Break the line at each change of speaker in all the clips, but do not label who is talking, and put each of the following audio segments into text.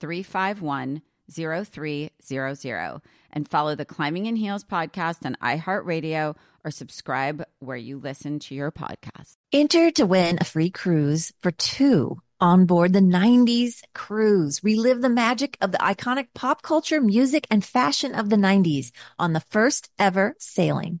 351 0300 and follow the Climbing in Heels podcast on iHeartRadio or subscribe where you listen to your podcast.
Enter to win a free cruise for two on board the 90s cruise. Relive the magic of the iconic pop culture, music, and fashion of the 90s on the first ever sailing.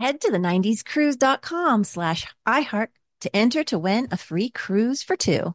Head to the 90scruise.com slash iHeart to enter to win a free cruise for two.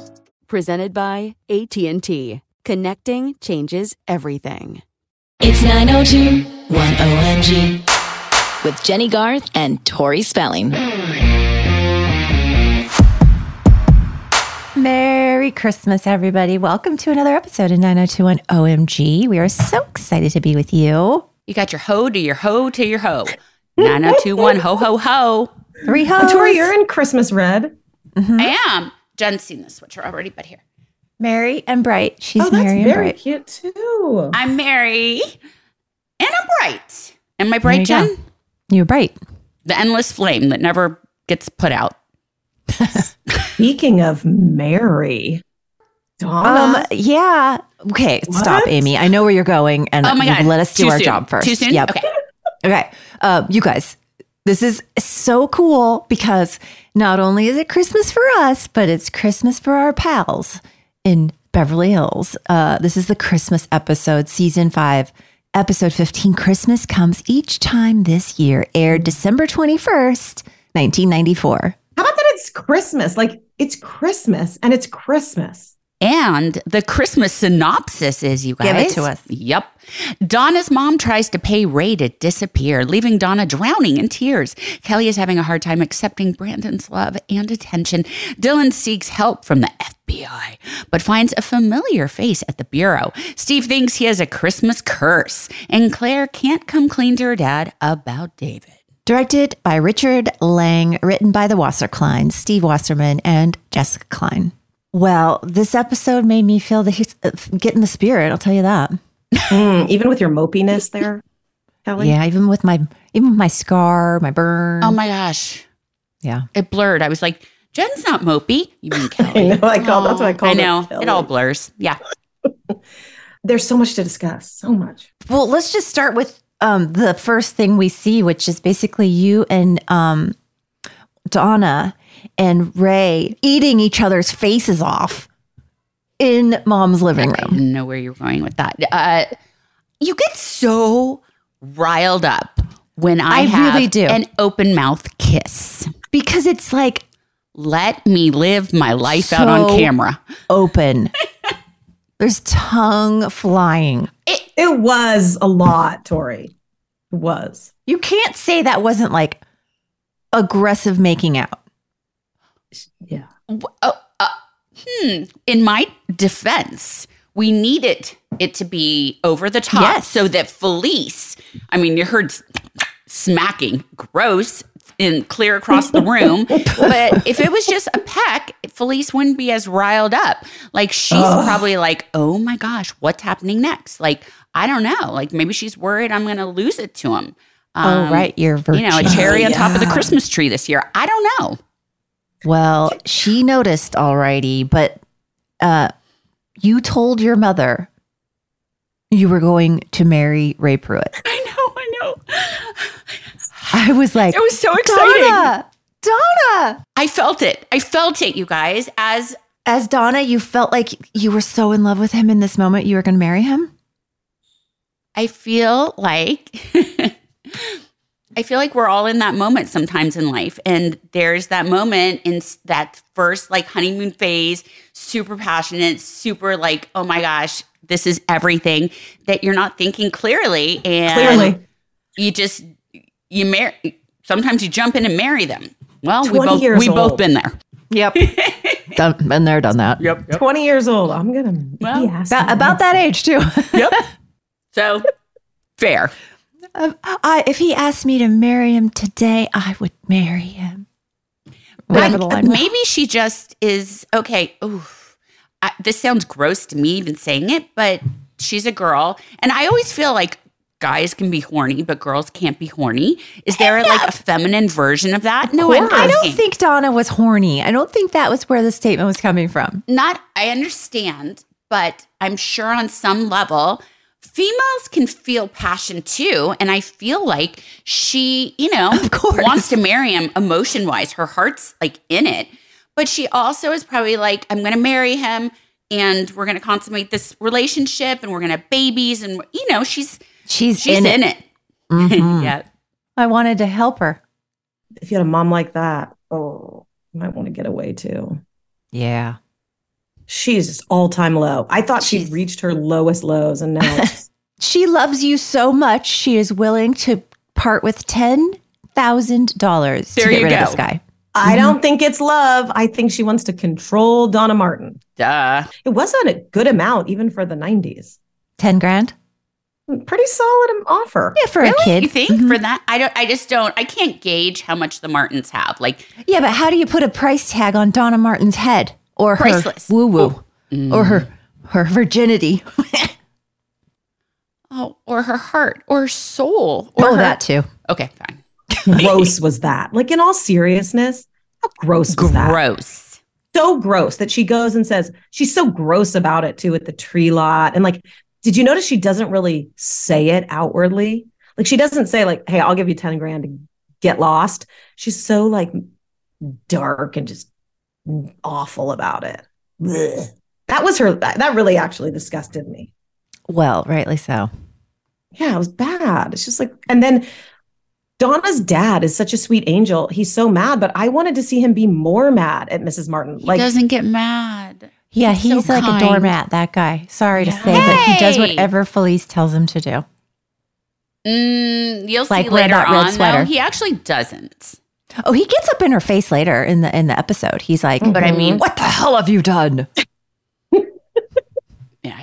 presented by AT&T. Connecting changes everything.
It's 902 1OMG oh with Jenny Garth and Tori Spelling.
Merry Christmas, everybody. Welcome to another episode of 9021 OMG. We are so excited to be with you.
You got your hoe to your hoe to your hoe. 9021 ho ho ho.
Three hoes.
Tori, you're in Christmas red.
Mm-hmm.
I am. Jen's seen this switcher already, but here.
Mary and Bright. She's
oh, that's
Mary and
very
Bright.
cute too.
I'm Mary and I'm bright. Am I bright,
There you
Jen?
go. You're bright.
The endless flame that never gets put out.
Speaking of Mary, Donna,
Um, yeah. Okay, stop,
What?
Amy. I know where you're going and
Oh my God.
let us do
Too
our
soon.
job first.
Too soon?
Yep.
Okay.
Okay. Uh, you guys, this is so cool because not only is it Christmas for us, but it's Christmas for our pals in Beverly Hills. Uh, this is the Christmas episode, season five, episode 15. Christmas comes each time this year, aired December 21st, 1994.
how about that? It's Christmas. Like it's Christmas and it's Christmas.
And the Christmas synopsis is you guys.
Give it to us.
Yep. Donna's mom tries to pay Ray to disappear, leaving Donna drowning in tears. Kelly is having a hard time accepting Brandon's love and attention. Dylan seeks help from the FBI, but finds a familiar face at the bureau. Steve thinks he has a Christmas curse, and Claire can't come clean to her dad about David.
Directed by Richard Lang, written by the Wasser Klein, Steve Wasserman, and Jessica Klein. Well, this episode made me feel the uh, get in the spirit. I'll tell you that.
Mm, even with your mopiness there, Kelly.
Yeah, even with my even with my scar, my burn.
Oh my gosh.
yeah.
It blurred. I was like, Jen's not mopey. You mean
I
Kelly?
know. I call that's what I call.
I know. It all blurs. Yeah.
There's so much to discuss. So much.
Well, let's just start with um, the first thing we see, which is basically you and um, Donna and Ray eating each other's faces off in mom's living
I
room.
didn't know where you were going with that. Uh, you get so riled up when I,
I
have
really do.
an open mouth kiss.
because it's like
Let me live my life out on
So-
camera.
open. There's tongue flying.
It was a lot, Tori. It was.
You can't say that wasn't like aggressive making out.
Yeah.
W- uh, uh, hmm. In my defense, we needed it to be over the top
Yes.
so that Felice, I mean, you heard s- smacking, gross, and clear across the room. but if it was just a peck, Felice wouldn't be as riled up. Like, she's probably like, oh my gosh, what's happening next? Like, I don't know. Like, maybe she's worried I'm going to lose it to him. Um,
oh, right. You're
You
Virginia.
know, a cherry on top of the
yeah.
Christmas tree this year. I don't know.
well, she noticed already, but uh, you told your mother you were going to marry Ray Pruitt.
I know. I know.
I was like,
It was so exciting.
Donna, Donna.
I felt it. I felt it, you guys. As
As Donna, you felt like you were so in love with him in this moment, you were going to marry him.
I feel like I feel like we're all in that moment sometimes in life, and there's that moment in s- that first like honeymoon phase, super passionate, super like, oh my gosh, this is everything that you're not thinking clearly, and
Clearly.
you just you marry. Sometimes you jump in and marry them. Well, we
20
both
years
we both
old.
been there.
Yep. done, been there, done that.
Yep.
20 years old. I'm going to
Well,
be asking
About, about that age too.
Yep. so fair.
Um, I, if he asked me to marry him today, I would marry him.
Right.
Rabbit line.
Maybe she just is okay. Ooh, I, this sounds gross to me even saying it, but she's a girl, and I always feel like guys can be horny, but girls can't be horny. Is there like a feminine version of that? no, I'm
Oh, I don't
asking.
think Donna was horny. I don't think that was where the statement was coming from.
Not. I understand, but I'm sure on some level. Females can feel passion too. And I feel like she, you know,
Of course.
wants to marry him emotion wise. Her heart's like in it. But she also is probably like, I'm going to marry him and we're going to consummate this relationship and we're going to have babies. And, you know, she's,
She's,
she's in,
in, it.
it. Mm-hmm.
Mhm.
yeah.
I wanted to help her.
If you had a mom like that, oh, you might want to get away too.
Yeah.
She's just all time low. I thought she'd
She's-
reached her lowest lows and now it's-
She loves you so much, she is willing to part with $10,000 to
There
get
you
rid
go.
of this guy.
I don't think it's love. I think she wants to control Donna Martin.
Duh.
It wasn't a good amount even for the 90s.
10 grand?
Pretty solid offer.
Yeah, for a
Really?
kid.
You think
Mhm.
for Mm-hmm. that? I don't, I just don't, I can't gauge how much the Martins have. Like,
Yeah, but how do you put a price tag on Donna Martin's head or
Priceless.
her woo woo
Mm.
or her her virginity?
oh, or her heart or her soul or
oh,
her-
that too.
Okay, fine.
gross was that? Like in all seriousness, how gross was that?
Gross.
So gross that she goes and says she's so gross about it too at the tree lot. And like, did you notice she doesn't really say it outwardly? Like she doesn't say like, "Hey, I'll give you ten grand to get lost." She's so like dark and just awful about it. Blech. That was her. That, that really actually disgusted me.
Well, rightly so.
yeah, it was bad. It's just like, and then Donna's dad is such a sweet angel. He's so mad, but I wanted to see him be more mad at Mrs. Martin.
He
like,
doesn't get mad.
Yeah,
He's so
he's like
kind.
a doormat, that guy. Sorry to say, but he does
Hey!
whatever Felice tells him to do.
Mm, you'll
Like,
see
wear
later
that red
on. Though.
sweater.
He actually doesn't.
Oh, he gets up in her face later in the in the episode. He's like,
But I mean,
"What the hell have you done?"
yeah,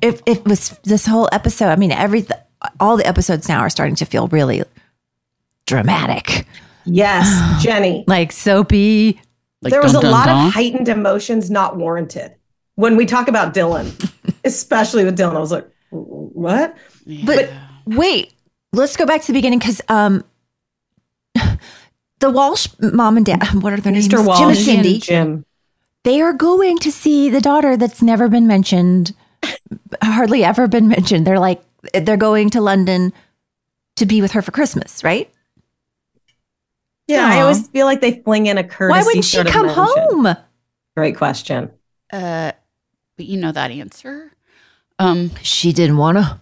If it was this whole episode, I mean, every all the episodes now are starting to feel really dramatic,
yes, Jenny,
like soapy.
there was a lot of heightened emotions not warranted. When we talk about Dylan, especially with Dylan, I was like, what?
But wait, let's go back to the beginning because um, the Walsh mom and dad, what are their names?
Mr. Walsh,
Jim and Cindy.
Jim.
They are going to see the daughter that's never been mentioned, hardly ever been mentioned. They're like, they're going to London to be with her for Christmas, right?
Yeah, I
Aw.
always feel like they fling in a courtesy.
Why wouldn't she
sort of
come
mention.
home?
Great question.
Uh, but you know that answer. Um,
She didn't want to.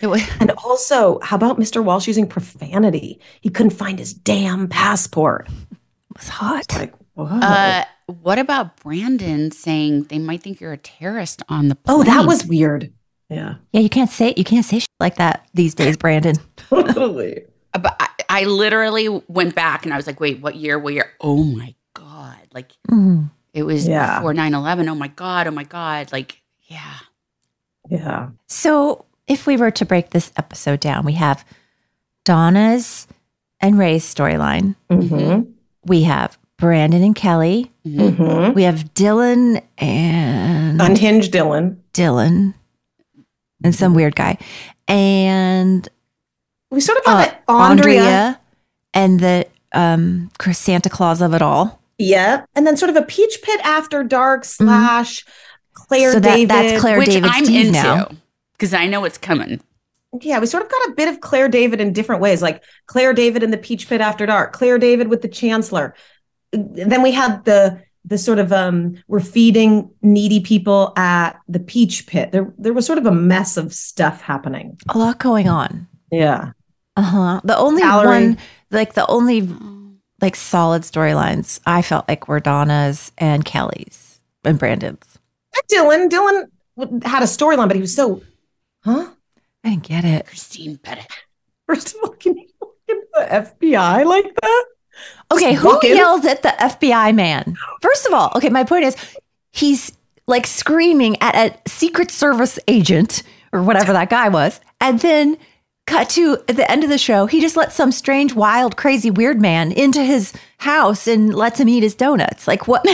it was,
And also, how about Mr. Walsh using profanity? He couldn't find his damn passport.
It's hot.
Like, whoa.
uh, what about Brandon saying they might think you're a terrorist on the plane?
oh, that was weird. Yeah.
Yeah, you can't say you can't say shit like that these days, Brandon.
Totally.
Uh, But I, I literally went back and I was like, wait, what year? What year? Oh my god! Like
Mm-hmm.
Mhm.
it was
Yeah.
before 9-11. Oh my god! Oh my god! Like yeah.
Yeah.
So, if we were to break this episode down, we have Donna's and Ray's storyline.
Mm-hmm.
We have Brandon and Kelly.
Mm-hmm.
We have Dylan and
Unhinged Dylan.
Dylan and some weird guy. And
We sort of
uh,
have it. Andrea.
and the um Chris- Santa Claus of it all.
Yep. And then sort of a Peach Pit After Dark slash Claire
Mm-hmm. so that,
David.
that's Claire
Which
David
I'm
Steve
into
now.
because I know it's coming.
Yeah, we sort of got a bit of Claire David in different ways, like Claire David in the Peach Pit After Dark, Claire David with the Chancellor. Then we had the the sort of um we're feeding needy people at the Peach Pit. There there was sort of a mess of stuff happening.
A lot going on.
Yeah.
Uh-huh. The only
Salary.
one like the only
Oh.
like solid storylines I felt like were Donna's and Kelly's and Brandon's.
Dylan, Dylan w- had a storyline, but he was so huh?
I didn't get it.
Christine Pettit.
First of all, can you look at the FBI like that?
Okay,
Just
who
walk in?
yells at the FBI man? First of all, okay, my point is he's like screaming at a Secret Service agent or whatever that guy was. And then cut to at the end of the show, he just lets some strange, wild, crazy, weird man into his house and lets him eat his donuts. Like, what?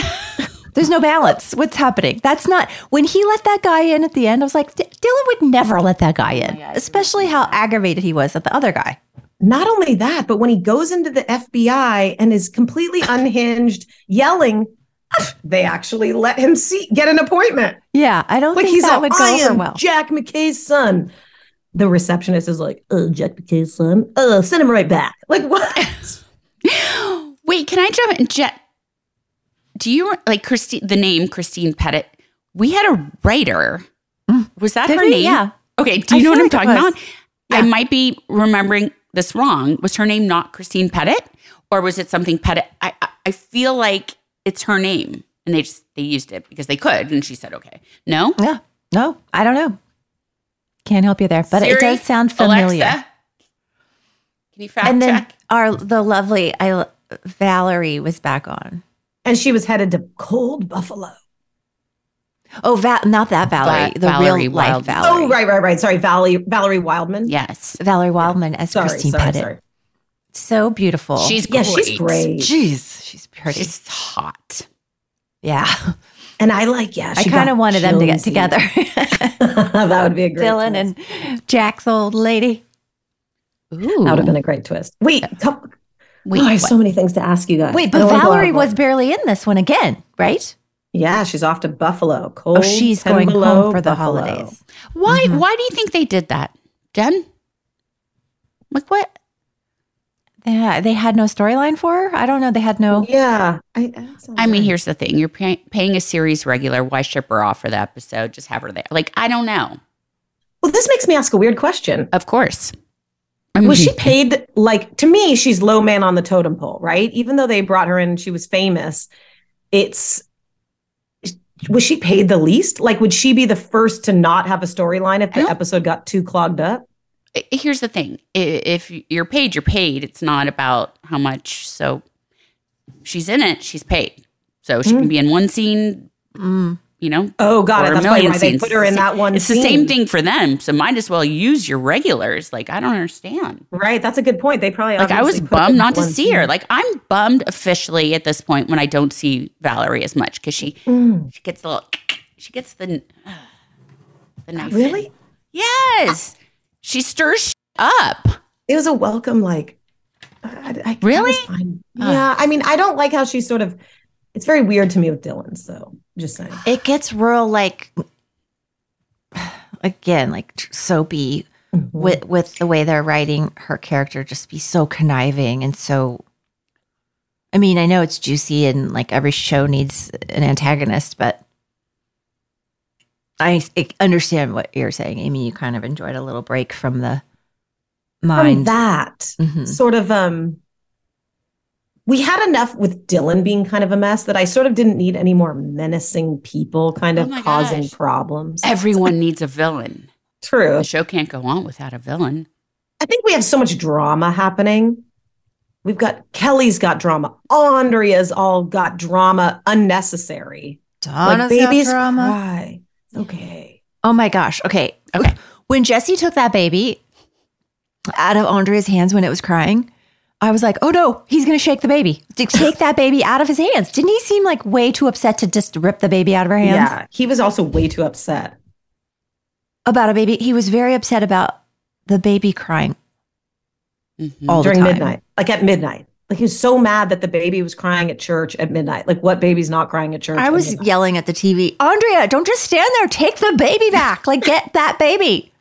There's no balance. What's happening? That's not when he let that guy in at the end. I was like, D- Dylan would never let that guy in, especially how aggravated he was at the other guy.
Not only that, but when he goes into the FBI and is completely unhinged, yelling, they actually let him see get an appointment.
Yeah, I don't
Like
think
he's
that
a,
would go
"I
over
am
well.
Jack McKay's son. The receptionist is like, "Oh, Jack McKay's son. Oh, send him right back." Like what?
Wait, can I jump in? Je- Do you re- like Christine? The name Christine Pettit. We had a writer. Was that
Mm. Did
her
we?
name?
Yeah.
Okay. Do you
I
know
feel
what I'm
like it
talking
was.
about? I might be remembering this wrong. Was her name not Christine Pettit, or was it something Pettit? I I, I feel like it's her name, and they just they used it because they could, and she said okay. No,
Yeah. No, I don't know. Can't help you there, but it
Siri,
does sound familiar.
Alexa, can you fact
and then
check?
our the lovely I, Valerie was back on.
and she was headed to Cold Buffalo.
Oh, Va- not that Valerie,
Va-
the
Valerie
real life
Wildman.
Valerie.
Oh, right, right, right. Sorry, Valerie Valerie Wildman.
Yes,
Valerie Wildman as
Sorry,
Christine
sorry,
Pettit.
sorry.
So beautiful.
she's
Yeah,
great.
she's great.
jeez, she's pretty.
She's hot.
yeah,
and I like, yeah,
I
she
kind of
got
wanted them to get
chillsy.
together.
that would be a great
Dylan
twist.
and Jack's old lady.
Ooh.
that would have been a great twist. Wait, come,
Wait,
oh, I have
what?
so many things to ask you guys.
Wait,
I
but
don't wanna go
Valerie
out
was
there.
barely in this one again, right?
Yeah, she's off to Buffalo. Cold
Oh, she's
10
going
below
home for the
Buffalo.
holidays.
Why? Why do you think they did that, Jen? Like what?
Yeah, they had no storyline for her. I don't know. They had no.
Yeah, I, that's all
I mean,
right.
here's the thing: you're pay- paying a series regular. Why ship her off for the episode? Just have her there. Like I don't know.
Well, this makes me ask a weird question.
Of course. I
Was
mean,
she paid like to me? She's low man on the totem pole, right? Even though they brought her in, and she was famous. It's was she paid the least? Like, would she be the first to not have a storyline if
I
the
don't-
episode got too clogged up?
I- Here's the thing: I- if you're paid, you're paid. It's not about how much. So she's in it. She's paid. So she can be in one scene.
Mm.
You know,
Oh God,
Or a
that's probably
million
why they
scenes.
put her in that one.
it's the
scene.
same thing for them. So might as well use your regulars. Like I don't understand.
right? That's a good point. They probably
like I was
obviously put her
bummed
in
not to
one
see her.
scene.
Like I'm bummed officially at this point when I don't see Valerie as much because she
Mm.
she gets a little she gets the the knife. in.
really,
Yes, she stirs sh- up.
it was a welcome like I, I- I
Really?
was fine. yeah i mean i don't like how she's sort of it's very weird to me with dylan so just saying
It gets real like again, like tr- soapy with with the way they're writing her character just be so conniving and so I mean, I know it's juicy and like every show needs an antagonist, but I I understand what you're saying, Amy. You kind of enjoyed a little break from the mind.
From that
Hmm.
Mhm.
sort of um we had enough with Dylan being kind of a mess that I sort of didn't need any more menacing people kind
Oh
of
my
causing
gosh.
problems.
Everyone needs a villain.
True.
The show can't go on without a villain.
I think we have so much drama happening. We've got Kelly's got drama. Andrea's all got drama unnecessary.
Donna's got drama.
cry. It's Okay.
Oh my gosh. Okay.
Okay.
When Jesse took that baby out of Andrea's hands when it was crying, I was like, oh no, he's going to shake the baby. To Take that baby out of his hands. Didn't he seem like way too upset to just rip the baby out of her hands?
Yeah. He was also way too upset.
About a baby. He was very upset about the baby crying
Mhm.
all
during
the time.
midnight, like at midnight. Like he was so mad that the baby was crying at church at midnight. Like what baby's not crying at church?
I
at
was
midnight?
yelling at the TV, Andrea, don't just stand there. Take the baby back. Like, get that baby.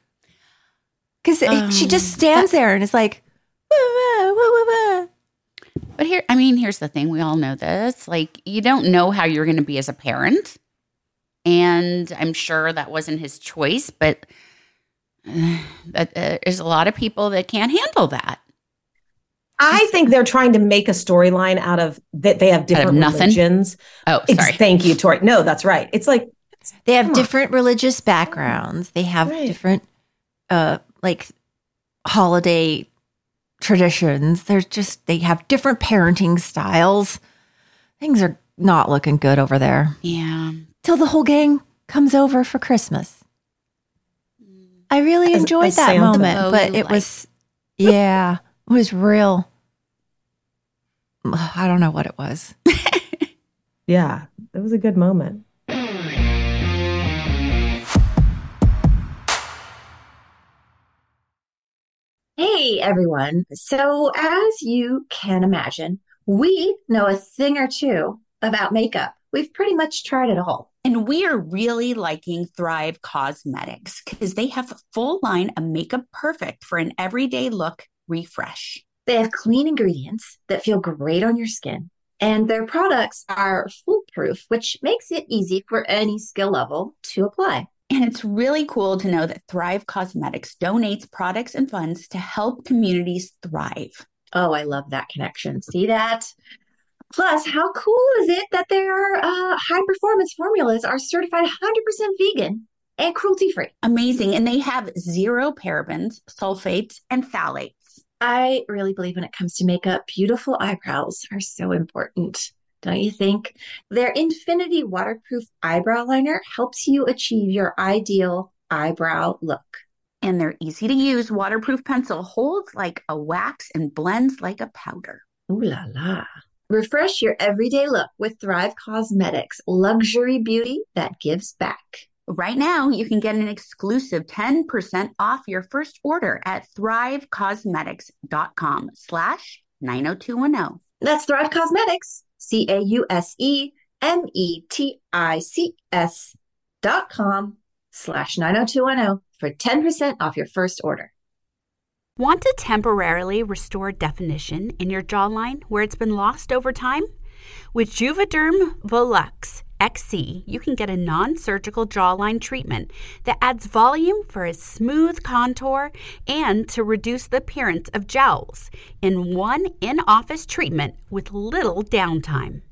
Because
Um,
she just stands there and is like, "Wah, wah, wah, wah, wah."
But here, I mean, here's the thing. We all know this. Like, you don't know how you're going to be as a parent. And I'm sure that wasn't his choice, but uh, that, uh, there's a lot of people that can't handle that.
I think they're trying to make a storyline out of that they have different
nothing?
religions.
Oh,
Ex-
sorry.
thank you, Tori. No, that's right. It's like
They have different religious backgrounds. They have
Right.
different uh like holiday traditions. They're just they have different parenting styles. Things are not looking good over there.
yeah.
Till the whole gang comes over for Christmas. I really
As-
enjoyed
as
that
Santa.
moment,
Oh,
but
you
it was yeah, it was real Ugh, I don't know what it was.
Yeah, it was a good moment.
Hey everyone. So, as you can imagine, we know a thing or two about makeup. We've pretty much tried it all.
And we are really liking Thrive Cosmetics because they have a full line of makeup perfect for an everyday look refresh.
They have clean ingredients that feel great on your skin, and their products are foolproof, which makes it easy for any skill level to apply.
And it's really cool to know that Thrive Cosmetics donates products and funds to help communities thrive.
Oh, I love that connection. See that? Plus, how cool is it that their uh, high performance formulas are certified 100% vegan and cruelty free?
Amazing. And they have zero parabens, sulfates, and phthalates.
I really believe when it comes to makeup, beautiful eyebrows are so important, don't you think? Their Infinity Waterproof Eyebrow Liner helps you achieve your ideal eyebrow look.
And their easy to use waterproof pencil holds like a wax and blends like a powder.
Ooh la la. Refresh your everyday look with Thrive Cosmetics, luxury beauty that gives back.
Right now, you can get an exclusive 10% off your first order at thrivecosmetics.com slash 90210.
That's Thrive Cosmetics, C A U S E M E T I C S dot com slash 90210 for 10% off your first order.
Want to temporarily restore definition in your jawline where it's been lost over time? With Juvederm Volux XC, you can get a non surgical jawline treatment that adds volume for a smooth contour and to reduce the appearance of jowls in one in office treatment with little downtime.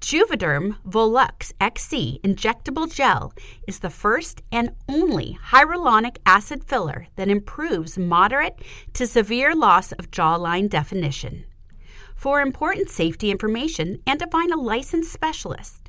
Juvederm Volux XC injectable gel is the first and only hyaluronic acid filler that improves moderate to severe loss of jawline definition. For important safety information and to find a licensed specialist,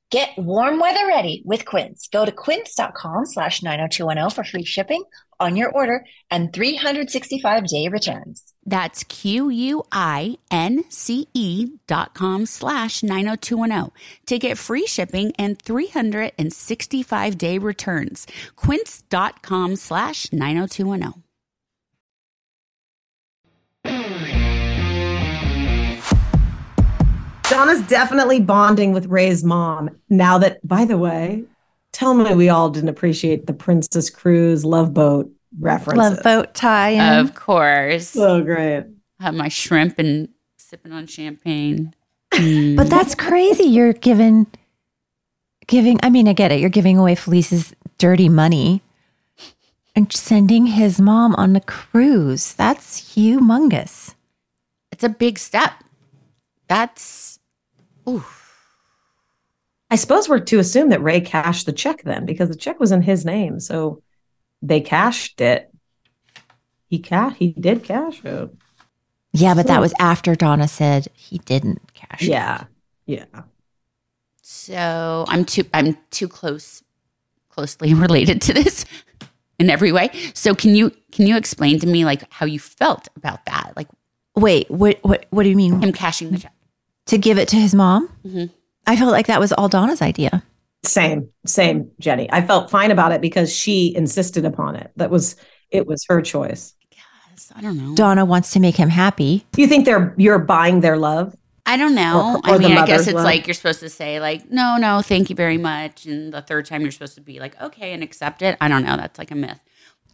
Get warm weather ready with Quince. Go to quince.com slash 90210 for free shipping on your order and 365 day returns.
That's Q-U-I-N-C-E E dot com slash 90210 to get free shipping and 365 day returns. Quince dot com slash 90210.
Donna's definitely bonding with Ray's mom now that, by the way, tell me we all didn't appreciate the Princess Cruise Love Boat reference.
Love boat tie in.
Of course.
So great.
Have my shrimp and sipping on champagne.
But that's crazy. You're giving, giving. I mean, I get it. You're giving away Felice's dirty money and sending his mom on a cruise. That's humongous.
It's a big step. That's
I suppose we're to assume that Ray cashed the check then because the check was in his name. So they cashed it. He ca- he did cash it.
Yeah, but that was after Donna said he didn't cash. it.
Yeah. Yeah.
so I'm too I'm too close closely related to this in every way. So can you can you explain to me like how you felt about that? Like
Wait, what? What? What do you mean?
him cashing the check.
to give it to his mom?
Mhm.
I felt like that was all Donna's idea.
Same, same, Jenny. I felt fine about it because she insisted upon it. That was it was her choice.
I don't know.
Donna wants to make him happy.
Do you think they're you're buying their love?
I don't know.
Or- or
I
the
mean, I guess
mother's
it's
love.
like you're supposed to say like, no, no, thank you very much, and the third time you're supposed to be like, okay, and accept it. I don't know. That's like a myth.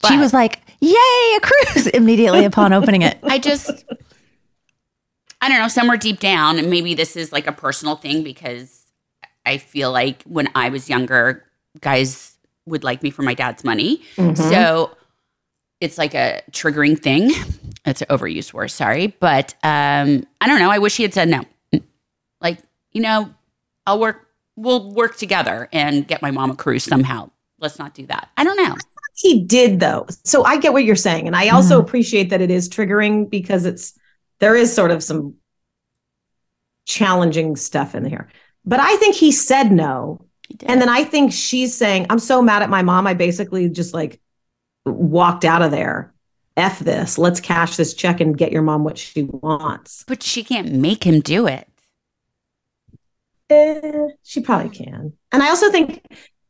she was like, "Yay, a cruise!" immediately upon opening it.
I just, I don't know. Somewhere deep down, and maybe this is like a personal thing because I feel like when I was younger, guys would like me for my dad's money.
Mhm.
Mm-hmm.
So it's like a triggering thing. It's an overused word, sorry. But um, I don't know. I wish he had said no. Like, you know, I'll work, we'll work together and get my mom a cruise somehow. Let's not do that. I don't know.
He did though. So I get what you're saying. And I also appreciate that it is triggering because it's there is sort of some challenging stuff in here. But I think he said no. and then I think she's saying, I'm so mad at my mom. I basically just like walked out of there. F this. Let's cash this check and get your mom what she wants.
But she can't make him do it.
Eh, she probably can. And I also think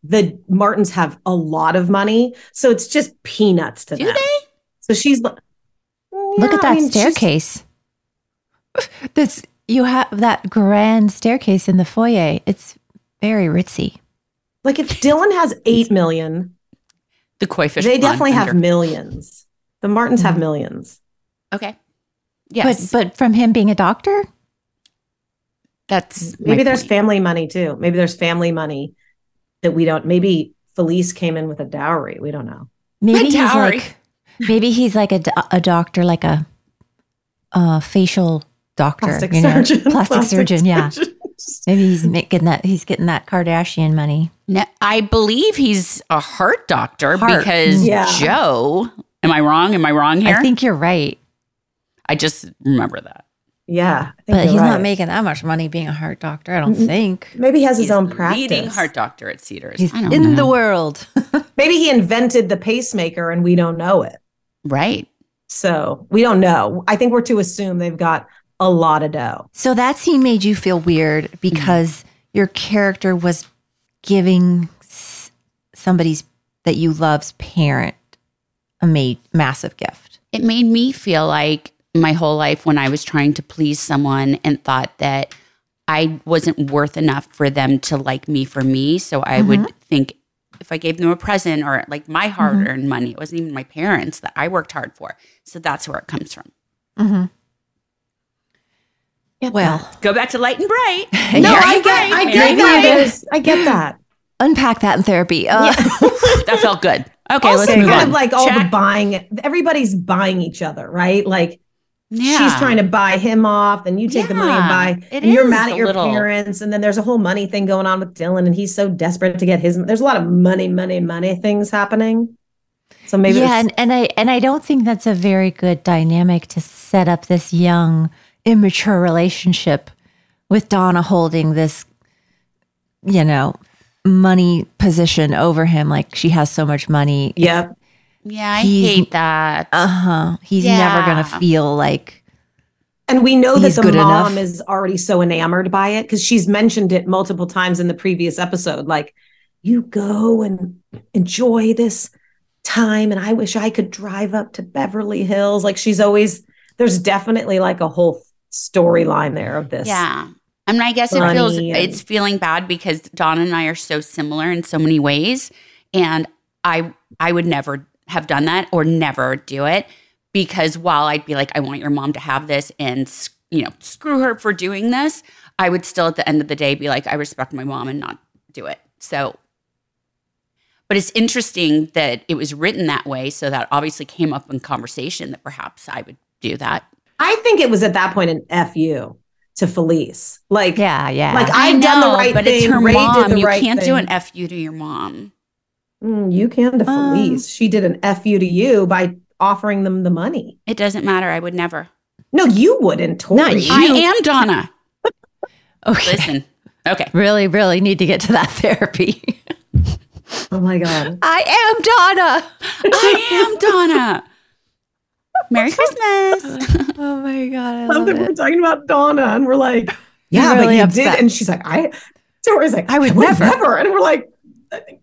the Martins have a lot of money, so it's just peanuts to them. Do they? So she's li-
Look
Yeah,
at
I
that
mean, she's-
staircase. That's you have that grand staircase in the foyer. It's very ritzy.
like if Dylan has eight million,
The koi fish.
they
pond
definitely have
under.
millions. The Martins
Hmm.
have millions.
Okay. Yes.
But but from him being a doctor,
that's
Maybe there's family money too. Maybe there's family money that we don't. Maybe Felice came in with a dowry. We don't know.
maybe he's
dowry.
like maybe he's like a, do- a doctor, like a, a facial doctor,
Plastic
you know,
surgeon.
plastic,
Plastic
surgeon. Yeah,
surgeon.
maybe he's ma- getting that he's getting that Kardashian money.
No, I believe he's a heart doctor
Heart.
because
Yeah.
Joe. Am I wrong? Am I wrong here?
I think you're right.
I just remember that.
Yeah,
but he's not making that much money being a heart doctor. I don't
Mm-mm.
think.
Maybe he has his own
Leading
practice.
heart doctor at Cedars.
He's
I don't
in
know.
the world.
Maybe he invented the pacemaker and we don't know it.
Right.
So we don't know. I think we're to assume they've got a lot of dough.
So that scene made you feel weird because
your character was giving s- somebody's that you love's parent a ma- massive gift.
It made me feel like my whole life when I was trying to please someone and thought that I wasn't worth enough for them to like me for me. So
Mhm.
I
Mm-hmm.
would think if I gave them a present or like my hard
Mm-hmm.
earned money, it wasn't even my parents that I worked hard for. So that's where it comes from.
Mm-hmm. Well,
Go back to light and bright.
No, I get- I get that. There's-
I get that.
unpack that in therapy. Uh,
that felt good. Okay,
also
let's move
kind
on.
of like all the
Check.
buying. Everybody's buying each other, right? Like she's
Yeah.
trying to buy him off, and you take the money and buy.
it
and you're
is
mad
a
at your
little-
parents, and then there's a whole money thing going on with Dylan, and he's so desperate to get his. There's a lot of money, money, money things happening. So maybe
yeah,
it's-
and, and I and I don't think that's a very good dynamic to set up this young, immature relationship with Donna holding this, you know, money position over him. Like she has so much money.
Yeah.
Yeah, I
He's-
hate that.
Uh huh. He's never gonna
Yeah.
feel like
And we know that
He's
the
good
mom
enough.
is already so enamored by it because she's mentioned it multiple times in the previous episode. Like, you go and enjoy this time, and I wish I could drive up to Beverly Hills. Like, she's always there's definitely like a whole storyline there of this.
Yeah. I mean, I guess it feels
Funny and-
it's feeling bad because Don and I are so similar in so many ways, and I I would never have done that or never do it because while I'd be like, I want your mom to have this and s- you know screw her for doing this, I would still at the end of the day be like, I respect my mom and not do it. So, but it's interesting that it was written that way, so that obviously came up in conversation that perhaps I would do that.
I think it was at that point an fu to Felice. Like,
yeah, yeah.
Like I've done the right
but
thing.
it's her
Ray
mom.
did the
you
right
can't do
thing.
an fu to your mom.
Mm, you can to Felice. she did an fu to you by offering them the money.
It doesn't matter. I would never.
No, you wouldn't. Tori.
I am Donna. okay. Listen. Okay.
really, really need to get to that therapy.
Oh my god.
I
am Donna. I am Donna. Merry Christmas.
oh my god. I
love that we're talking about Donna and we're like, yeah, but
really
you
upset.
did. And she's like, I, Tori's like, I would, never. And we're like, I think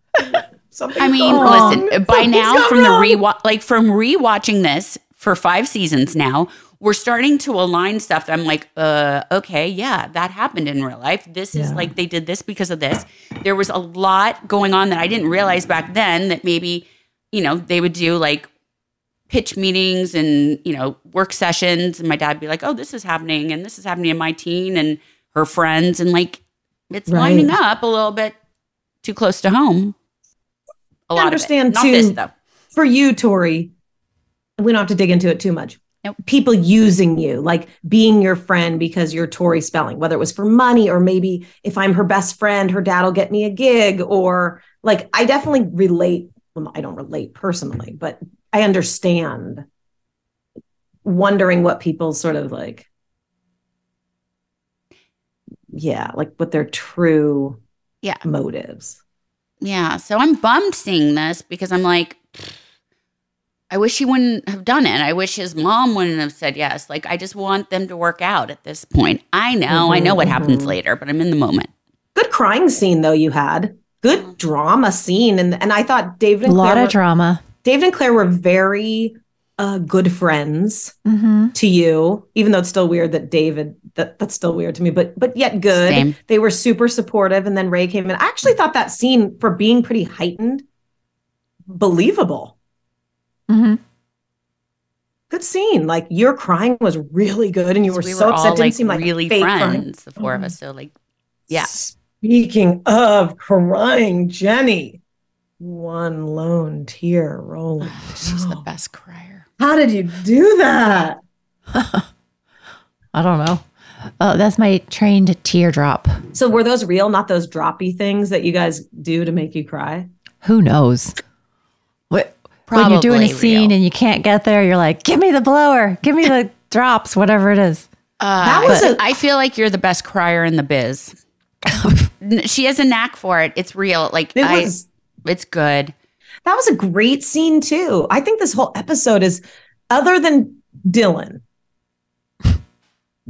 something.
I mean, listen. By now, from the rewatch, like from rewatching this for five seasons now, we're starting to align stuff. That I'm like, uh, okay, yeah, that happened in real life. This is like they did this because of this. There was a lot going on that I didn't realize back then. That maybe, you know, they would do like pitch meetings and you know work sessions and my dad would be like oh this is happening and this is happening in my teen and her friends and like it's
Right.
lining up a little bit too close to home a lot
understand
of it. Not
too.
this though
for you, Tori, we don't have to dig into it too much. People using you, like being your friend because you're Tori Spelling, whether it was for money or maybe if I'm her best friend, her dad will get me a gig. Or like, I definitely relate. Well, I don't relate personally, but I understand wondering what people sort of like, yeah, like what their true
yeah
motives.
yeah so i'm bummed seeing this because i'm like i wish he wouldn't have done it i wish his mom wouldn't have said yes like i just want them to work out at this point i know i know
Mm-hmm,
what happens later but i'm in the moment
good crying scene though you had
Mm-hmm.
good drama scene and and I thought
A
David and
lot
Claire
of
were-
drama.
David and Claire were very uh, good friends
Mm-hmm.
to you even though it's still weird that David that that's still weird to me but but yet good
Same.
they were super supportive and then Ray came in I actually thought that scene for being pretty heightened believable
Mm-hmm.
good scene like your crying was really good and you were
we
so
were all
upset it didn't
like
seem like
really
fake
friends,
crying.
the four of us. So like, yeah,
Speaking of crying, Jenny, one lone tear rolling.
she's the best crier.
How did you do that?
I don't know. Oh, that's my trained teardrop.
So were those real, not those droppy things that you guys do to make you cry?
Who knows? What when you're doing a
Probably
scene and you can't get there, you're like, give me the blower, give me the drops, whatever it is.
Uh,
That was
but I feel like you're the best crier in the biz. N- she has a knack for it. It's real. Like
It
I,
was-
it's good.
That was a great scene too. I think this whole episode is other than Dylan.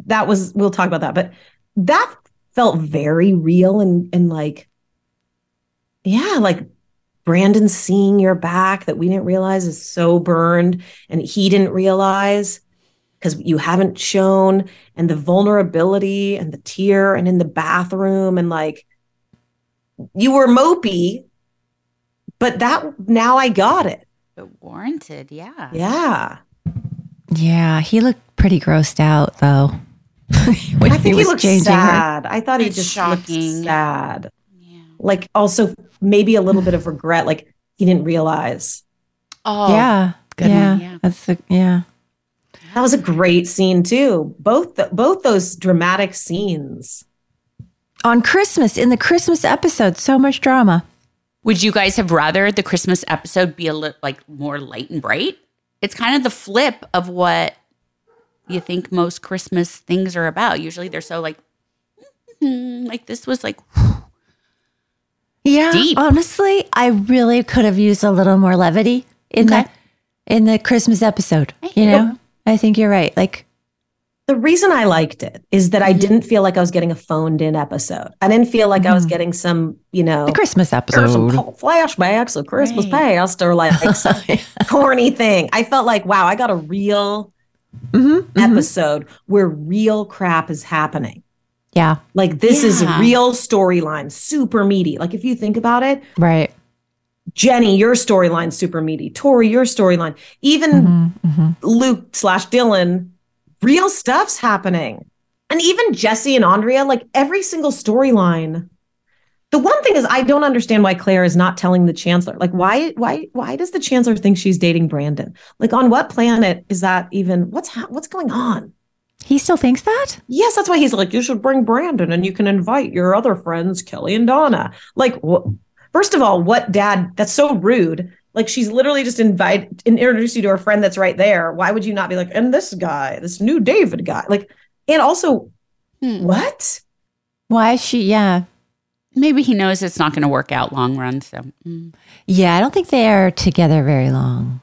That was we'll talk about that, but that felt very real and and like yeah, like Brandon seeing your back that we didn't realize is so burned and he didn't realize because you haven't shown and the vulnerability and the tear and in the bathroom and like you were mopey but that now I got it.
But warranted, yeah.
Yeah.
Yeah, he looked pretty grossed out though. when
I think he, looked
changing her.
sad. I thought he
It's
just looked sad. Like also maybe a little bit of regret, like he didn't realize.
Oh,
yeah,
good
yeah,
one, yeah.
That's the yeah.
That was a great scene too. Both the, both those dramatic scenes.
On Christmas in the Christmas episode, so much drama.
Would you guys have rather the Christmas episode be a little like more light and bright? It's kind of the flip of what you think most Christmas things are about. Usually they're so like, "Mm, like this was like,
Yeah, honestly, I really could have used a little more levity in the in the Christmas episode. You know, I think you're right. Like
The reason I liked it is that I didn't feel like I was getting a phoned in episode. I didn't feel like I was getting some, you know,
the Christmas
or some
episode.
cult flashbacks or Christmas past or like some corny thing. I felt like, wow, I got a real
Mm-hmm,
episode where real crap is happening.
Yeah,
Like this is
Yeah.
real storyline, super meaty. Like if you think about it,
right.
Jenny, your storyline super meaty. Tori, your storyline. Even
Mm-hmm.
Luke slash Dylan, real stuff's happening. And even Jesse and Andrea, like every single storyline. The one thing is I don't understand why Claire is not telling the Chancellor. Like, why, why, why does the Chancellor think she's dating Brandon? Like, on what planet is that even what's ha- what's going on?
He still thinks that?
Yes, that's why he's like, you should bring Brandon and you can invite your other friends, Kelly and Donna. Like, wh- first of all, what dad? That's so rude. Like, she's literally just invite and introduce you to her friend that's right there. Why would you not be like, and this guy, this new David guy? Like, and also, what?
Why is she? Yeah,
maybe he knows it's not going to work out long run. So, mm.
yeah. I don't think they are together very long.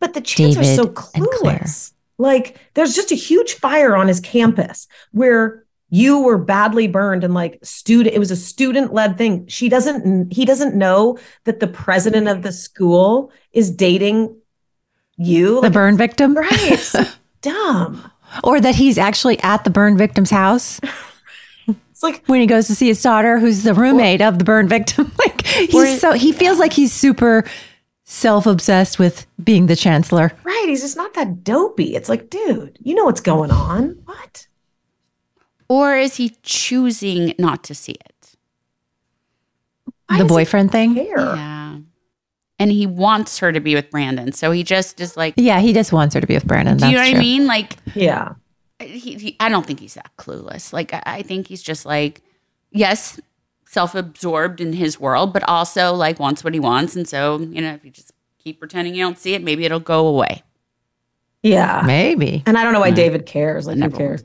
But the chants are so
David and Claire.
clueless. Like, there's just a huge fire on his campus where you were badly burned and like student it was a student led thing she doesn't he doesn't know that the president of the school is dating you
the burn victim,
right? dumb
or that he's actually at the burn victim's house.
It's like
when he goes to see his daughter, who's the roommate of the burn victim. like he's so he feels like he's super self obsessed with being the chancellor.
right he's just not that dopey it's like dude you know what's going on
or is he choosing not to see it?
the boyfriend thing.
Yeah. And he wants her to be with Brandon. So he just is like,
Yeah, he just wants her to be with Brandon.
Do you know what
that's
I
true.
mean? Like,
yeah,
he, he, I don't think he's that clueless. Like, I, I think he's just like, yes, self-absorbed in his world, but also like wants what he wants. And so, you know, if you just keep pretending you don't see it, maybe it'll go away.
yeah
maybe
and i don't know why david cares like who cares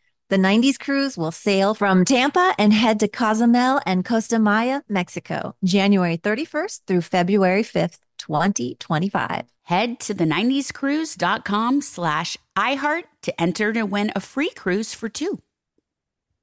The 90s cruise will sail from Tampa and head to Cozumel and Costa Maya, Mexico, January 31st through February 5th, 2025.
Head to the 90scruise.com slash iHeart to enter to win a free cruise for two.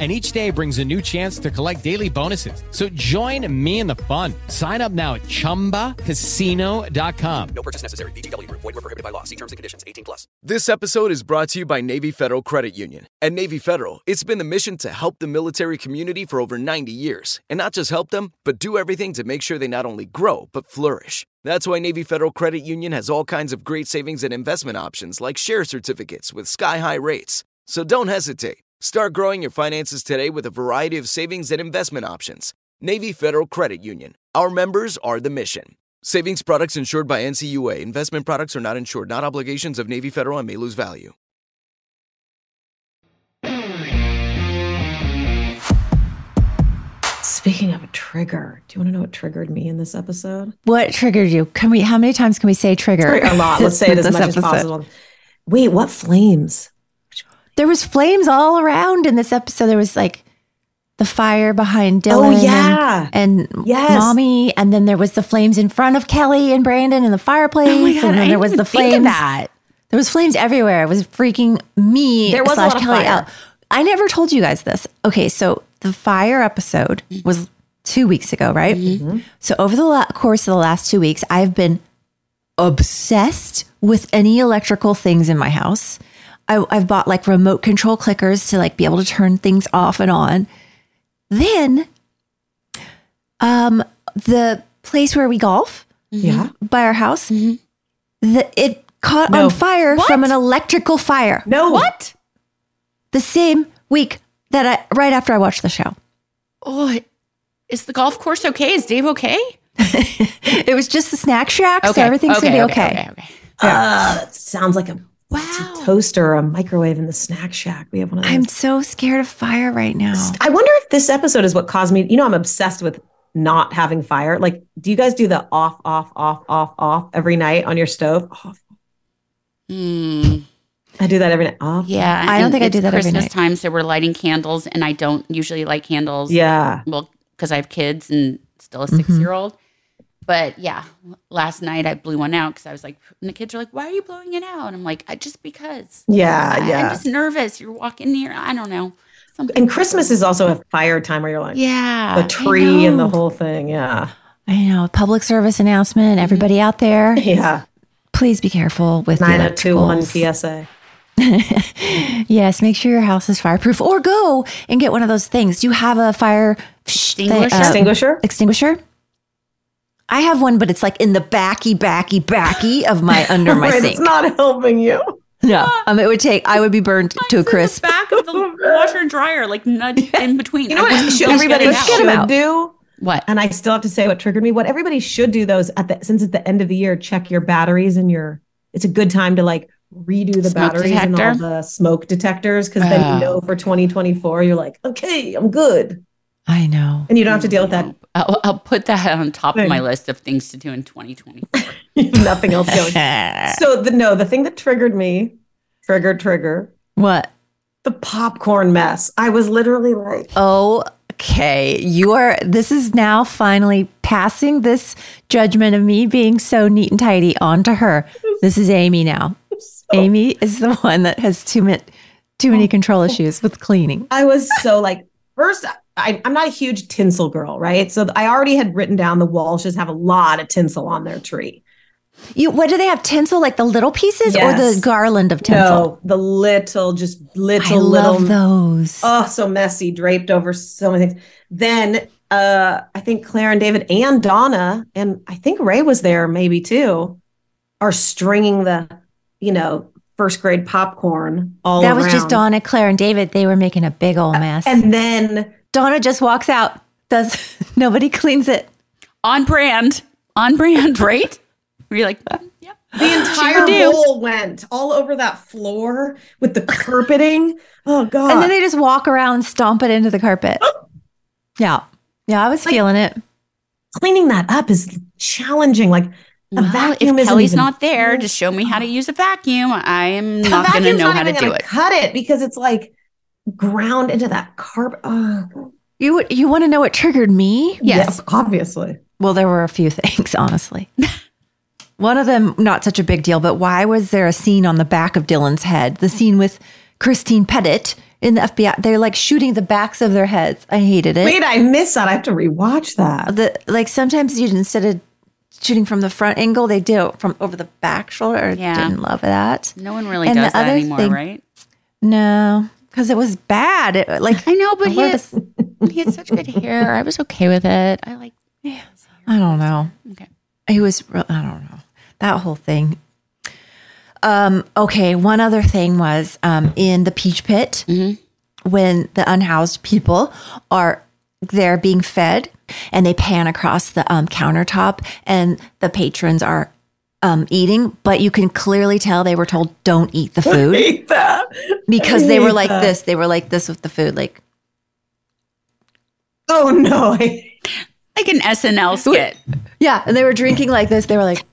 And each day brings a new chance to collect daily bonuses. So join me in the fun. Sign up now at chumbacasino.com.
No purchase necessary. VGW Group. Void were prohibited by law. See terms and conditions. 18 plus.
This episode is brought to you by Navy Federal Credit Union. At Navy Federal, it's been the mission to help the military community for over 90 years, and not just help them, but do everything to make sure they not only grow, but flourish. That's why Navy Federal Credit Union has all kinds of great savings and investment options like share certificates with sky high rates. So don't hesitate. Start growing your finances today with a variety of savings and investment options. Navy Federal Credit Union. Our members are the mission. Savings products insured by NCUA. Investment products are not insured, not obligations of Navy Federal and may lose value.
Speaking of a trigger, do you want to know what triggered me in this episode?
What triggered you? Can we? How many times can we say trigger?
Sorry, a lot. Let's say it as
This
much as
episode.
possible. Wait, what flames?
There was flames all around in this episode. There was like the fire behind Dylan. and-
Oh, yeah.
and,
Yes.
mommy, and then there was the flames in front of Kelly and Brandon in the fireplace,
Oh my
and
God, I
then there
didn't
was
even
the
think of
flames.
that.
There was flames everywhere. It was freaking me
There was a
slash
lot of
Kelly
fire.
out. I never told you guys this. Okay, so the fire episode was two weeks ago, right?
Mm-hmm.
So over the la- course of the last two weeks, I've been obsessed with any electrical things in my house. I, I've bought like remote control clickers to like be able to turn things off and on. Then, um, the place where we golf,
yeah,
by our house, the, it caught
Mm-hmm. No.
on fire
What?
from an electrical fire.
No, what?
The same week that I right after I watched the show.
Oh, is the golf course okay? Is Dave okay?
it was just the snack shack, so
Okay,
everything's gonna be
okay,
okay.
okay,
Uh, sounds like a wow. toaster or a microwave in the snack shack. We have one of those.
I'm so scared of fire right now.
I wonder if this episode is what caused me. You know, I'm obsessed with not having fire. Like, do you guys do the off, off, off, off, off every night on your stove? Off.
Hmm.
I do that every night. Off.
Yeah,
off.
and it's Christmas time, so we're lighting candles, and I don't usually light candles.
Yeah.
well, because I have kids and still a 6 year old. But yeah, last night I blew one out because I was like, and the kids are like, "Why are you blowing it out?" And I'm like, "I just because."
Yeah,
I,
yeah.
I'm just nervous. You're walking near. I don't know. Something.
And Christmas is also a fire time where you're like,
Yeah, I
the tree and the
know.
whole thing. Yeah.
I know. Public service
Mm-hmm.
announcement. Everybody out there.
Yeah.
Please be careful with the
9021
electricals.
PSA.
Yes, make sure your house is fireproof or go and get one of those things. Do you have a fire uh,
Extinguisher?
Um, Extinguisher?
Extinguisher? I have one, but it's like in the backy, backy, backy of my under my
Right,
sink.
It's not helping you.
no, um, it would take. I would be burned to a crisp.
back of the washer and dryer, like nudge in between. You know
everybody should do
what
and i still have to say what triggered me what everybody should do though is at the since it's the end of the year check your batteries and your it's a good time to like redo the
Smoke
batteries and
detector?
all the smoke detectors because then
Oh.
you know for 2024 you're like okay i'm good
I know.
and you don't have to deal with that
I'll, I'll put that on top of
Thing.
my list of things to do in 2020.
nothing else going so the no the thing that triggered me trigger trigger
What?
the popcorn mess i was literally like
Okay, you are. This is now finally passing this judgment of me being so neat and tidy onto her. This is Amy now. Amy is the one that has too many, too many control issues with cleaning.
I was so like, first, I, I'm not a huge tinsel girl, right? So I already had written down the Walshes have a lot of tinsel on their tree.
You, what do they have? Tinsel, like the little pieces, or
Yes.
the garland of tinsel?
No, the little, just little,
I love
little.
those.
Oh, so messy, draped over so many things. Then uh, I think Claire and David and Donna, and I think Ray was there maybe too, are stringing the, you know, first grade popcorn all
that was just
around.
Donna, Claire, and David. They were making a big old mess.
And then
Uh, Donna just walks out. Does nobody cleans it?
on brand, on brand, right? You're like,
The entire
do.
bowl went all over that floor with the carpeting. Oh god!
And then they just walk around and stomp it into the carpet. yeah. Yeah, I was feeling it.
cleaning that up is challenging. Like
Well,
vacuum
if
isn't
Kelly's
even-
not there to show me how to use a vacuum, I am
The
not going to
vacuum's
know
not
how to
even
do
gonna
it.
Cut it because it's like ground into that carb. Oh.
You you want to know what triggered me?
Yes. obviously.
Well, there were a few things, honestly. One of them not such a big deal, but why was there a scene on the back of Dylan's head? The scene with Christine Pettit in the FBI. They're like shooting the backs of their heads. I hated it.
Wait, I missed that. I have to rewatch that.
The like sometimes you instead of shooting from the front angle, they do it from over the back shoulder. I
Yeah.
Didn't love that.
No one really
And the
does that
other
anymore,
thing-
right?
No, because it was bad. It, like
I know, but
I
he
love
had, he had such good hair. I was okay with it. I like.
I don't know.
Okay.
It was, re- I don't know. That whole thing. Um, okay. One other thing was um, in the Peach Pit when the unhoused people are there being fed and they pan across the um, countertop and the patrons are um, eating, but you can clearly tell they were told, don't eat the food. Because they were
hate
like
that.
this. They were like this with the food. Like,
oh no.
Like an SNL skit.
Yeah, and they were drinking like this. They were like,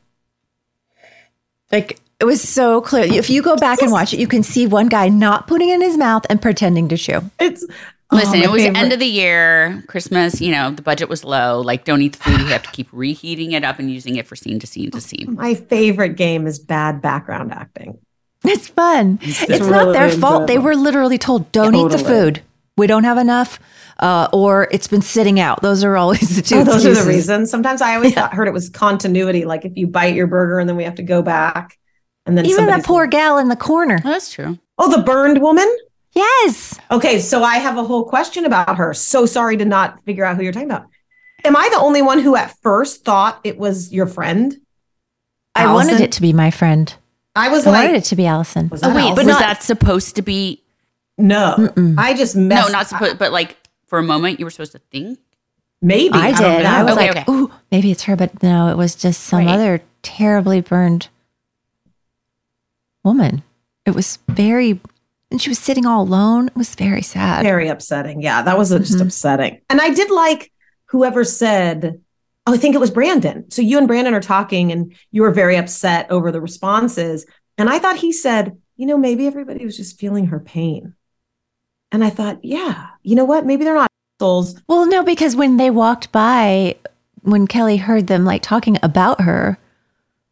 like it was so clear. If you go back and watch it, you can see one guy not putting it in his mouth and pretending to chew.
It's oh,
Listen, it was the end of the year, Christmas. You know, the budget was low. Like, don't eat the food. You have to keep reheating it up and using it for scene to scene to scene.
My favorite game is bad background acting.
It's fun. It's, not their
really
fault. They
enjoyable.
were literally told, "Don't eat the
Totally.
food. We don't have enough," uh, or "It's been sitting out." Those are always the two.
Oh, those are the
excuses.
reasons. Sometimes I always thought, heard it was continuity. Like if you bite your burger and then we have to go back, and then
Even
somebody's-
that poor gal in the corner.
That's true.
Oh, the burned woman?
Yes.
Okay, so I have a whole question about her. So sorry to not figure out who you're talking about. Am I the only one who at first thought it was your friend?
I wanted it to be my friend.
I was
I
like,
wanted it to be Allison.
that
oh, wait,
Allison?
but
But
was
not-
that supposed to be?
No, I just messed.
No, not supposed. But like for a moment, you were supposed to think.
Maybe
I
don't
did. I
know.
was
Okay,
like, "Ooh, maybe it's her," but no, it was just some other terribly burned woman. It was very, and she was sitting all alone. It was very sad.
very upsetting. Yeah, that was just upsetting. And I did like whoever said, oh, I think it was Brandon. So you and Brandon are talking and you were very upset over the responses. And I thought he said, you know, maybe everybody was just feeling her pain. And I thought, yeah, you know what? Maybe they're not souls.
Well, no, because when they walked by, when Kelly heard them like talking about her,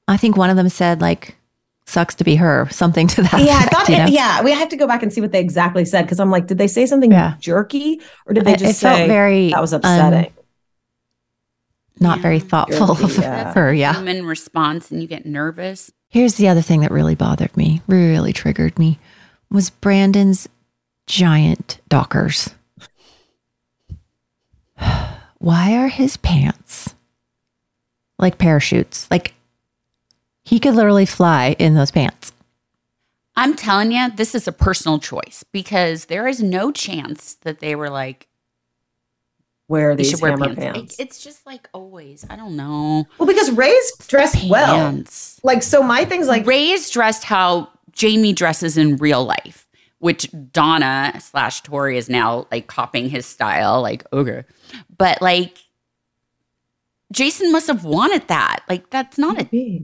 I think one of them said like, "Sucks to be her," something to that.
Yeah, I
effect,
thought,
you know?
it, yeah, we have to go back and see what they exactly said. Cause I'm like, did they say something jerky or did they
It-
just
it felt
say
very,
that was
um,
upsetting?
not very thoughtful of her. Yeah.
Human response, and you get nervous.
Here's the other thing that really bothered me, really triggered me, was Brandon's giant dockers. Why are his pants like parachutes? Like he could literally fly in those pants.
I'm telling you, this is a personal choice because there is no chance that they were like,
Where are
you
these
should wear
hammer
pants.
pants?
It- it's just like always. I don't know.
Well, because Ray's dressed well.
Pants.
Like, so my thing's like,
Ray is dressed how Jamie dresses in real life, which Donna slash Tori is now like copying his style. Like, okay. But like, Jason must have wanted that. Like, that's not a.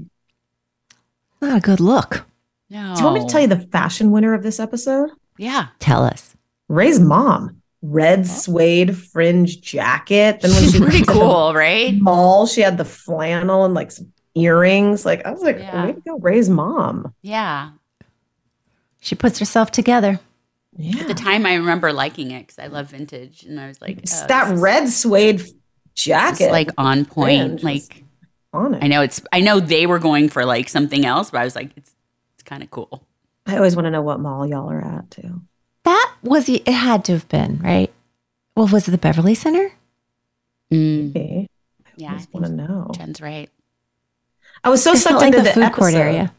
Not a good look.
No.
Do you want me to tell you the fashion winner of this episode?
Yeah.
Tell us.
Ray's mom. Red suede fringe jacket. Then when
She's
she
pretty
went to the
cool, right?
Mall. She had the flannel and like some earrings. Like I was like,
Yeah.
way to go, Ray's mom.
Yeah.
She puts herself together.
Yeah.
At the time, I remember liking it because I love vintage, and I was like,
It's
oh,
that
this is-
red suede
this is,
jacket.
like on point.
Fringe was
Like,
on it.
I know it's. I know they were going for like something else, but I was like, it's. It's kind of cool.
I always want to know what mall y'all are at too.
That was it had to have been, right? Well, was it the Beverly Center?
Maybe.
Mm-hmm. Yeah, I
want to know.
Jen's right.
I was so
It
sucked
felt like
into
the food
episode.
court area.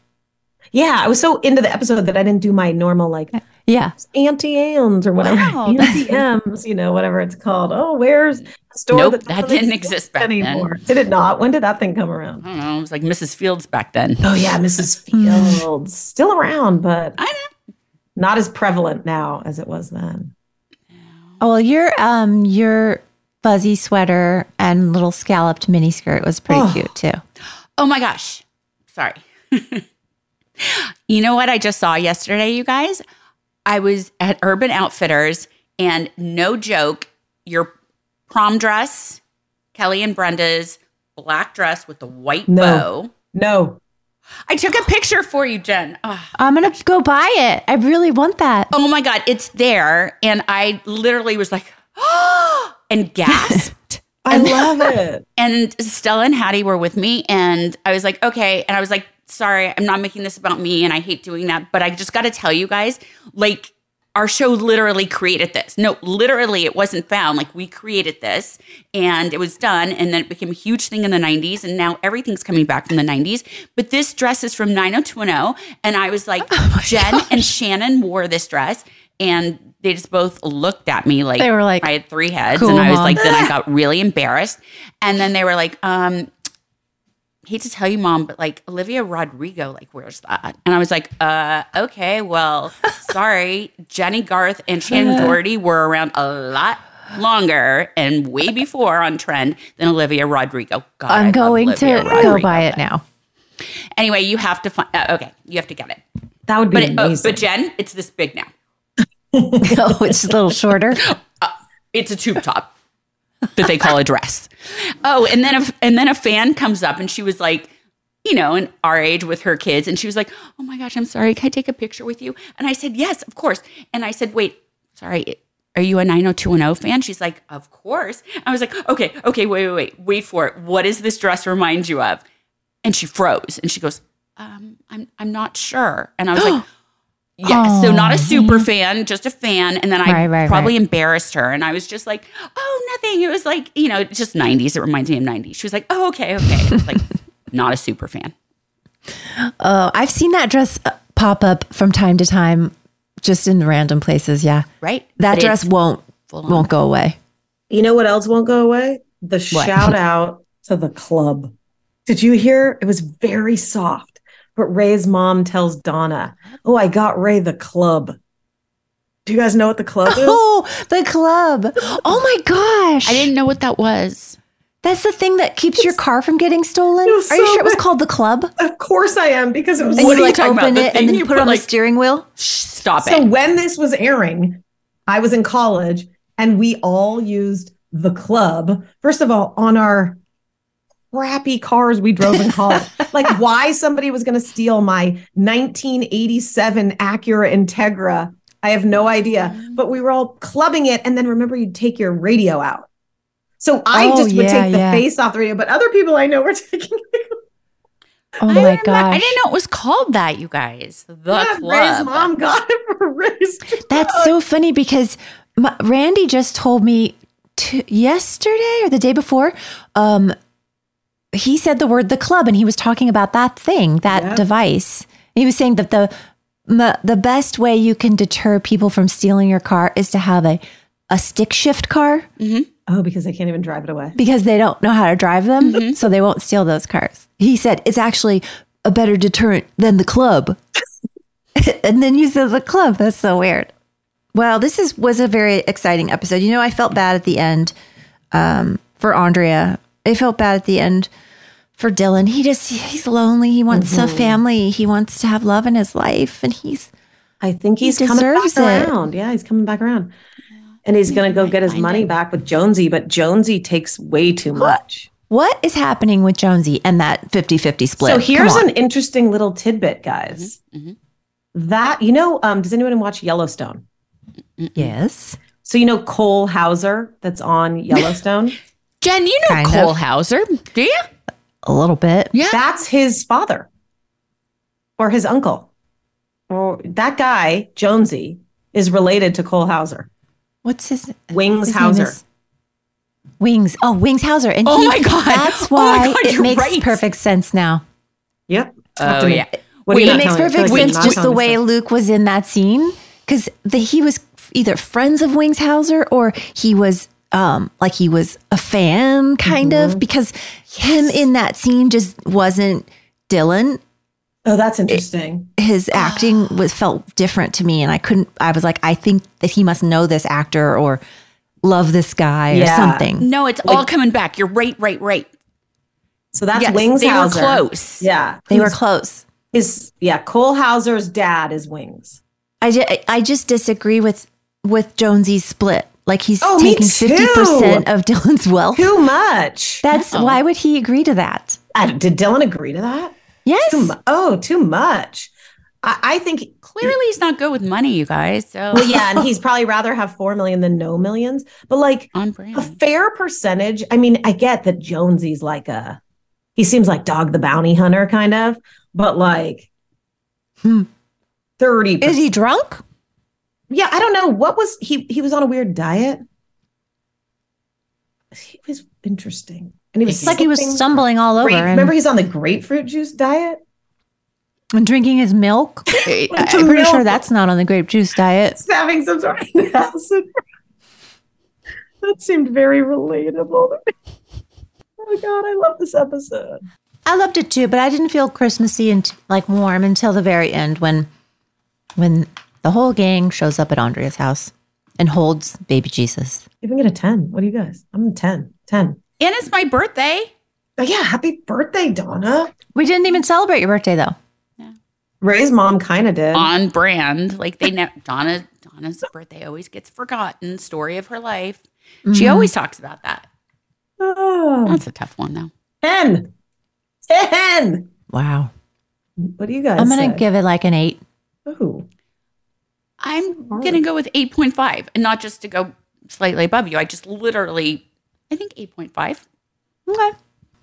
Yeah, I was so into the episode that I didn't do my normal like
Yeah.
Auntie Anne's or whatever.
Wow,
Auntie M's, you know, whatever it's called. Oh, where's the store
Nope,
that,
that
doesn't
didn't exist back then.
anymore? Did it not? When did that thing come around?
I don't know. It was like Mrs. Fields back then.
Oh yeah, Mrs.
Hmm.
Fields still around, but I know. not as prevalent now as it was then.
Oh well, your um your fuzzy sweater and little scalloped miniskirt was pretty
Oh.
cute too.
Oh my gosh. Sorry. you know what I just saw yesterday, you guys? I was at Urban Outfitters and no joke, your prom dress, Kelly and Brenda's black dress with the white bow.
No.
I took a picture for you, Jen. Ugh.
I'm going to go buy it. I really want that.
Oh my God, it's there. And I literally was like, oh, and gasped.
I love it.
And Stella and Hattie were with me. And I was like, okay. And I was like, sorry, I'm not making this about me. And I hate doing that. But I just got to tell you guys, like, our show literally created this. No, literally, it wasn't found. Like, we created this and it was done. And then it became a huge thing in the 90s. And now everything's coming back from the 90s. But this dress is from 90210. And I was like,
Oh
Jen and Shannon wore this dress. And they just both looked at me like
They were like,
I had three heads.
"Cool,
and I was
Mom."
like, then I got really embarrassed. And then they were like, um, hate to tell you, mom, but like Olivia Rodrigo, like, where's that? And I was like, uh, okay, well, sorry. Jenny Garth and Shannon Doherty were around a lot longer and way before on trend than Olivia Rodrigo. God, I
I'm
love
going to
Olivia
go
Rodrigo.
buy it now.
Anyway, you have to find, uh, okay, you have to get it.
That would be
but, it- oh,
amazing.
but Jen, it's this big now.
oh, it's a little shorter.
It's a tube top that they call a dress. Oh, and then a, and then a fan comes up and she was like, you know, in our age with her kids, and she was like, "Oh my gosh, I'm sorry. Can I take a picture with you?" And I said, "Yes, of course." And I said, "Wait, sorry. Are you a 90210 fan?" She's like, "Of course." I was like, "Okay, okay, wait, wait, wait, wait for it. What does this dress remind you of?" And she froze and she goes, um, I'm I'm not sure. And I was like, yeah, so not a super fan, just a fan. And then I
Right, right,
probably
right.
embarrassed her. And I was just like, oh, nothing. It was like, you know, just 90s. It reminds me of 90s. She was like, oh, okay, okay. I was like, not a super fan.
Oh, I've seen that dress uh, pop up from time to time, just in random places. Yeah,
Right.
that
But
dress
it's
won't
full on.
won't go away.
You know what else won't go away? The
What?
shout out to the club. Did you hear? It was very soft. But Ray's mom tells Donna, Oh, I got Ray the club. Do you guys know what the club is?
Oh, the club! Oh my gosh! I didn't
know what that was.
That's the thing that keeps your car from getting stolen. Are
It was
you
so
sure it was
good.
called the club?
Of course I am, because it was
And you
What are
like
talking about?
open
The
it
thing
and then
you
you put
put,
it on
like-
the steering wheel.
Stop
so when this was airing, I was in college and we all used the club. First of all, on our crappy cars we drove in college. like why somebody was going to steal my 1987 Acura Integra, I have no idea. But we were all clubbing it and then remember you'd take your radio out. So I
Oh,
just would
yeah,
take the
yeah.
face off the radio, but other people I know were taking
I
Oh my
remember- I
gosh!
didn't know it was called that, you guys. The
Yeah, Ray's
club.
mom got it for Ray's
That's so funny because my, Randy just told me t- yesterday or the day before. Um, he said the word the club, and he was talking about that thing, that
Yeah.
device. He was saying that the m- the best way you can deter people from stealing your car is to have a a stick shift car
Oh, because I can't even drive it away.
because they don't know how to drive them,
Mm-hmm.
so they won't steal those cars. He said it's actually a better deterrent than the club. and then you said the club. That's so weird. Well, this is was a very exciting episode. You know, I felt bad at the end um, for Andrea. I felt bad at the end for Dylan. He just he's lonely. He wants a family. He wants to have love in his life, and he's
I think
He
he's coming back
deserves it.
around. Yeah, he's coming back around. And he's going to go get his money back with Jonesy, but Jonesy takes way too much.
what is happening with Jonesy and that 50-50 split.
So
Come
here's
on.
an interesting little tidbit, guys.
Mm-hmm.
That, you know, um, does anyone watch Yellowstone?
yes.
So, you know, Cole Hauser that's on Yellowstone?
Jen, you know
Kind of.
Cole Hauser, do you?
A little bit.
Yeah.
That's his father or his uncle. Or that guy, Jonesy, is related to Cole Hauser.
What's his
Wings
his name
Hauser.
is- Wings. Oh, Wings Hauser. And
Oh
he-
my God.
That's
Oh my
why
God,
it
you're
makes
right.
perfect sense now.
Yep.
Oh, yeah.
What are
Wait,
you
it
not
makes
telling me? I feel
perfect
like you're
sense
not
just
telling
the
me
way
stuff.
Luke was in that scene because he was f- either friends of Wings Hauser or he was um like he was a fan kind of because him in that scene just wasn't Dylan.
Oh, that's interesting.
His
Ah.
acting was felt different to me, and I couldn't. I was like, I think that he must know this actor or love this guy or
Yeah.
something.
No, it's all coming back. You're right, right, right.
So that's
Yes,
Wings
they were
Hauser.
close.
Yeah.
They were
Who's-
close.
His yeah, Cole Hauser's dad is Wings.
I, ju- I just disagree with with Jonesy's split. Like he's
Oh, me
taking
too.
fifty percent of Dylan's wealth.
Too much.
That's why would he agree to that?
I, did Dylan agree to that?
Yes.
Too mu- oh, too much. I, I think
clearly he's not good with money, you guys. So
Well, yeah, and he's probably rather have four million than no millions. But like a
Hmm.
fair percentage. I mean, I get that Jonesy's like a he seems like dog the bounty hunter kind of, but like thirty. Is
he drunk?
Yeah, I don't know. What was he? He was on a weird diet. He was interesting, and he was
It's like he was
sipping
stumbling all over
grape-
and-
Remember, he's on the grapefruit juice diet.
And drinking his milk. I- I'm pretty sure that's not on the grape juice diet.
having some sort of acid. That seemed very relatable. Oh God, I love this episode.
I loved it too, but I didn't feel Christmassy and like warm until the very end when when the whole gang shows up at Andrea's house and holds baby Jesus.
Even get a 10. What do you guys? I'm a 10. 10.
And it's my birthday.
Oh, yeah, happy birthday, Donna.
We didn't even celebrate your birthday though.
Ray's mom kind of did.
on brand. Like they never Donna Donna's birthday always gets forgotten. Story of her life. She
Mhm.
always talks about that. Mm-hmm.
Oh,
That's a tough one though.
10. 10.
Wow.
What do you guys
I'm gonna
say?
give it like an eight.
Ooh.
I'm gonna go with eight point five, and not just to go slightly above you. I just literally, I think eight point five.
Okay.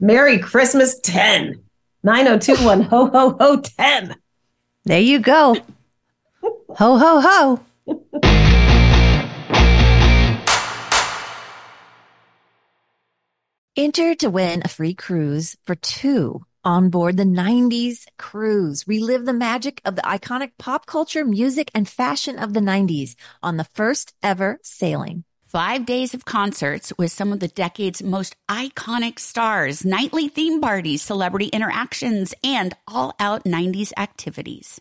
Merry Christmas 10. 9021 ho ho ho 10.
There you go. ho ho ho.
Enter to win a free cruise for two on board the 90s cruise. Relive the magic of the iconic pop culture, music, and fashion of the 90s on the first ever sailing.
Five days of concerts with some of the decade's most iconic stars, nightly theme parties, celebrity interactions, and all out 90s activities.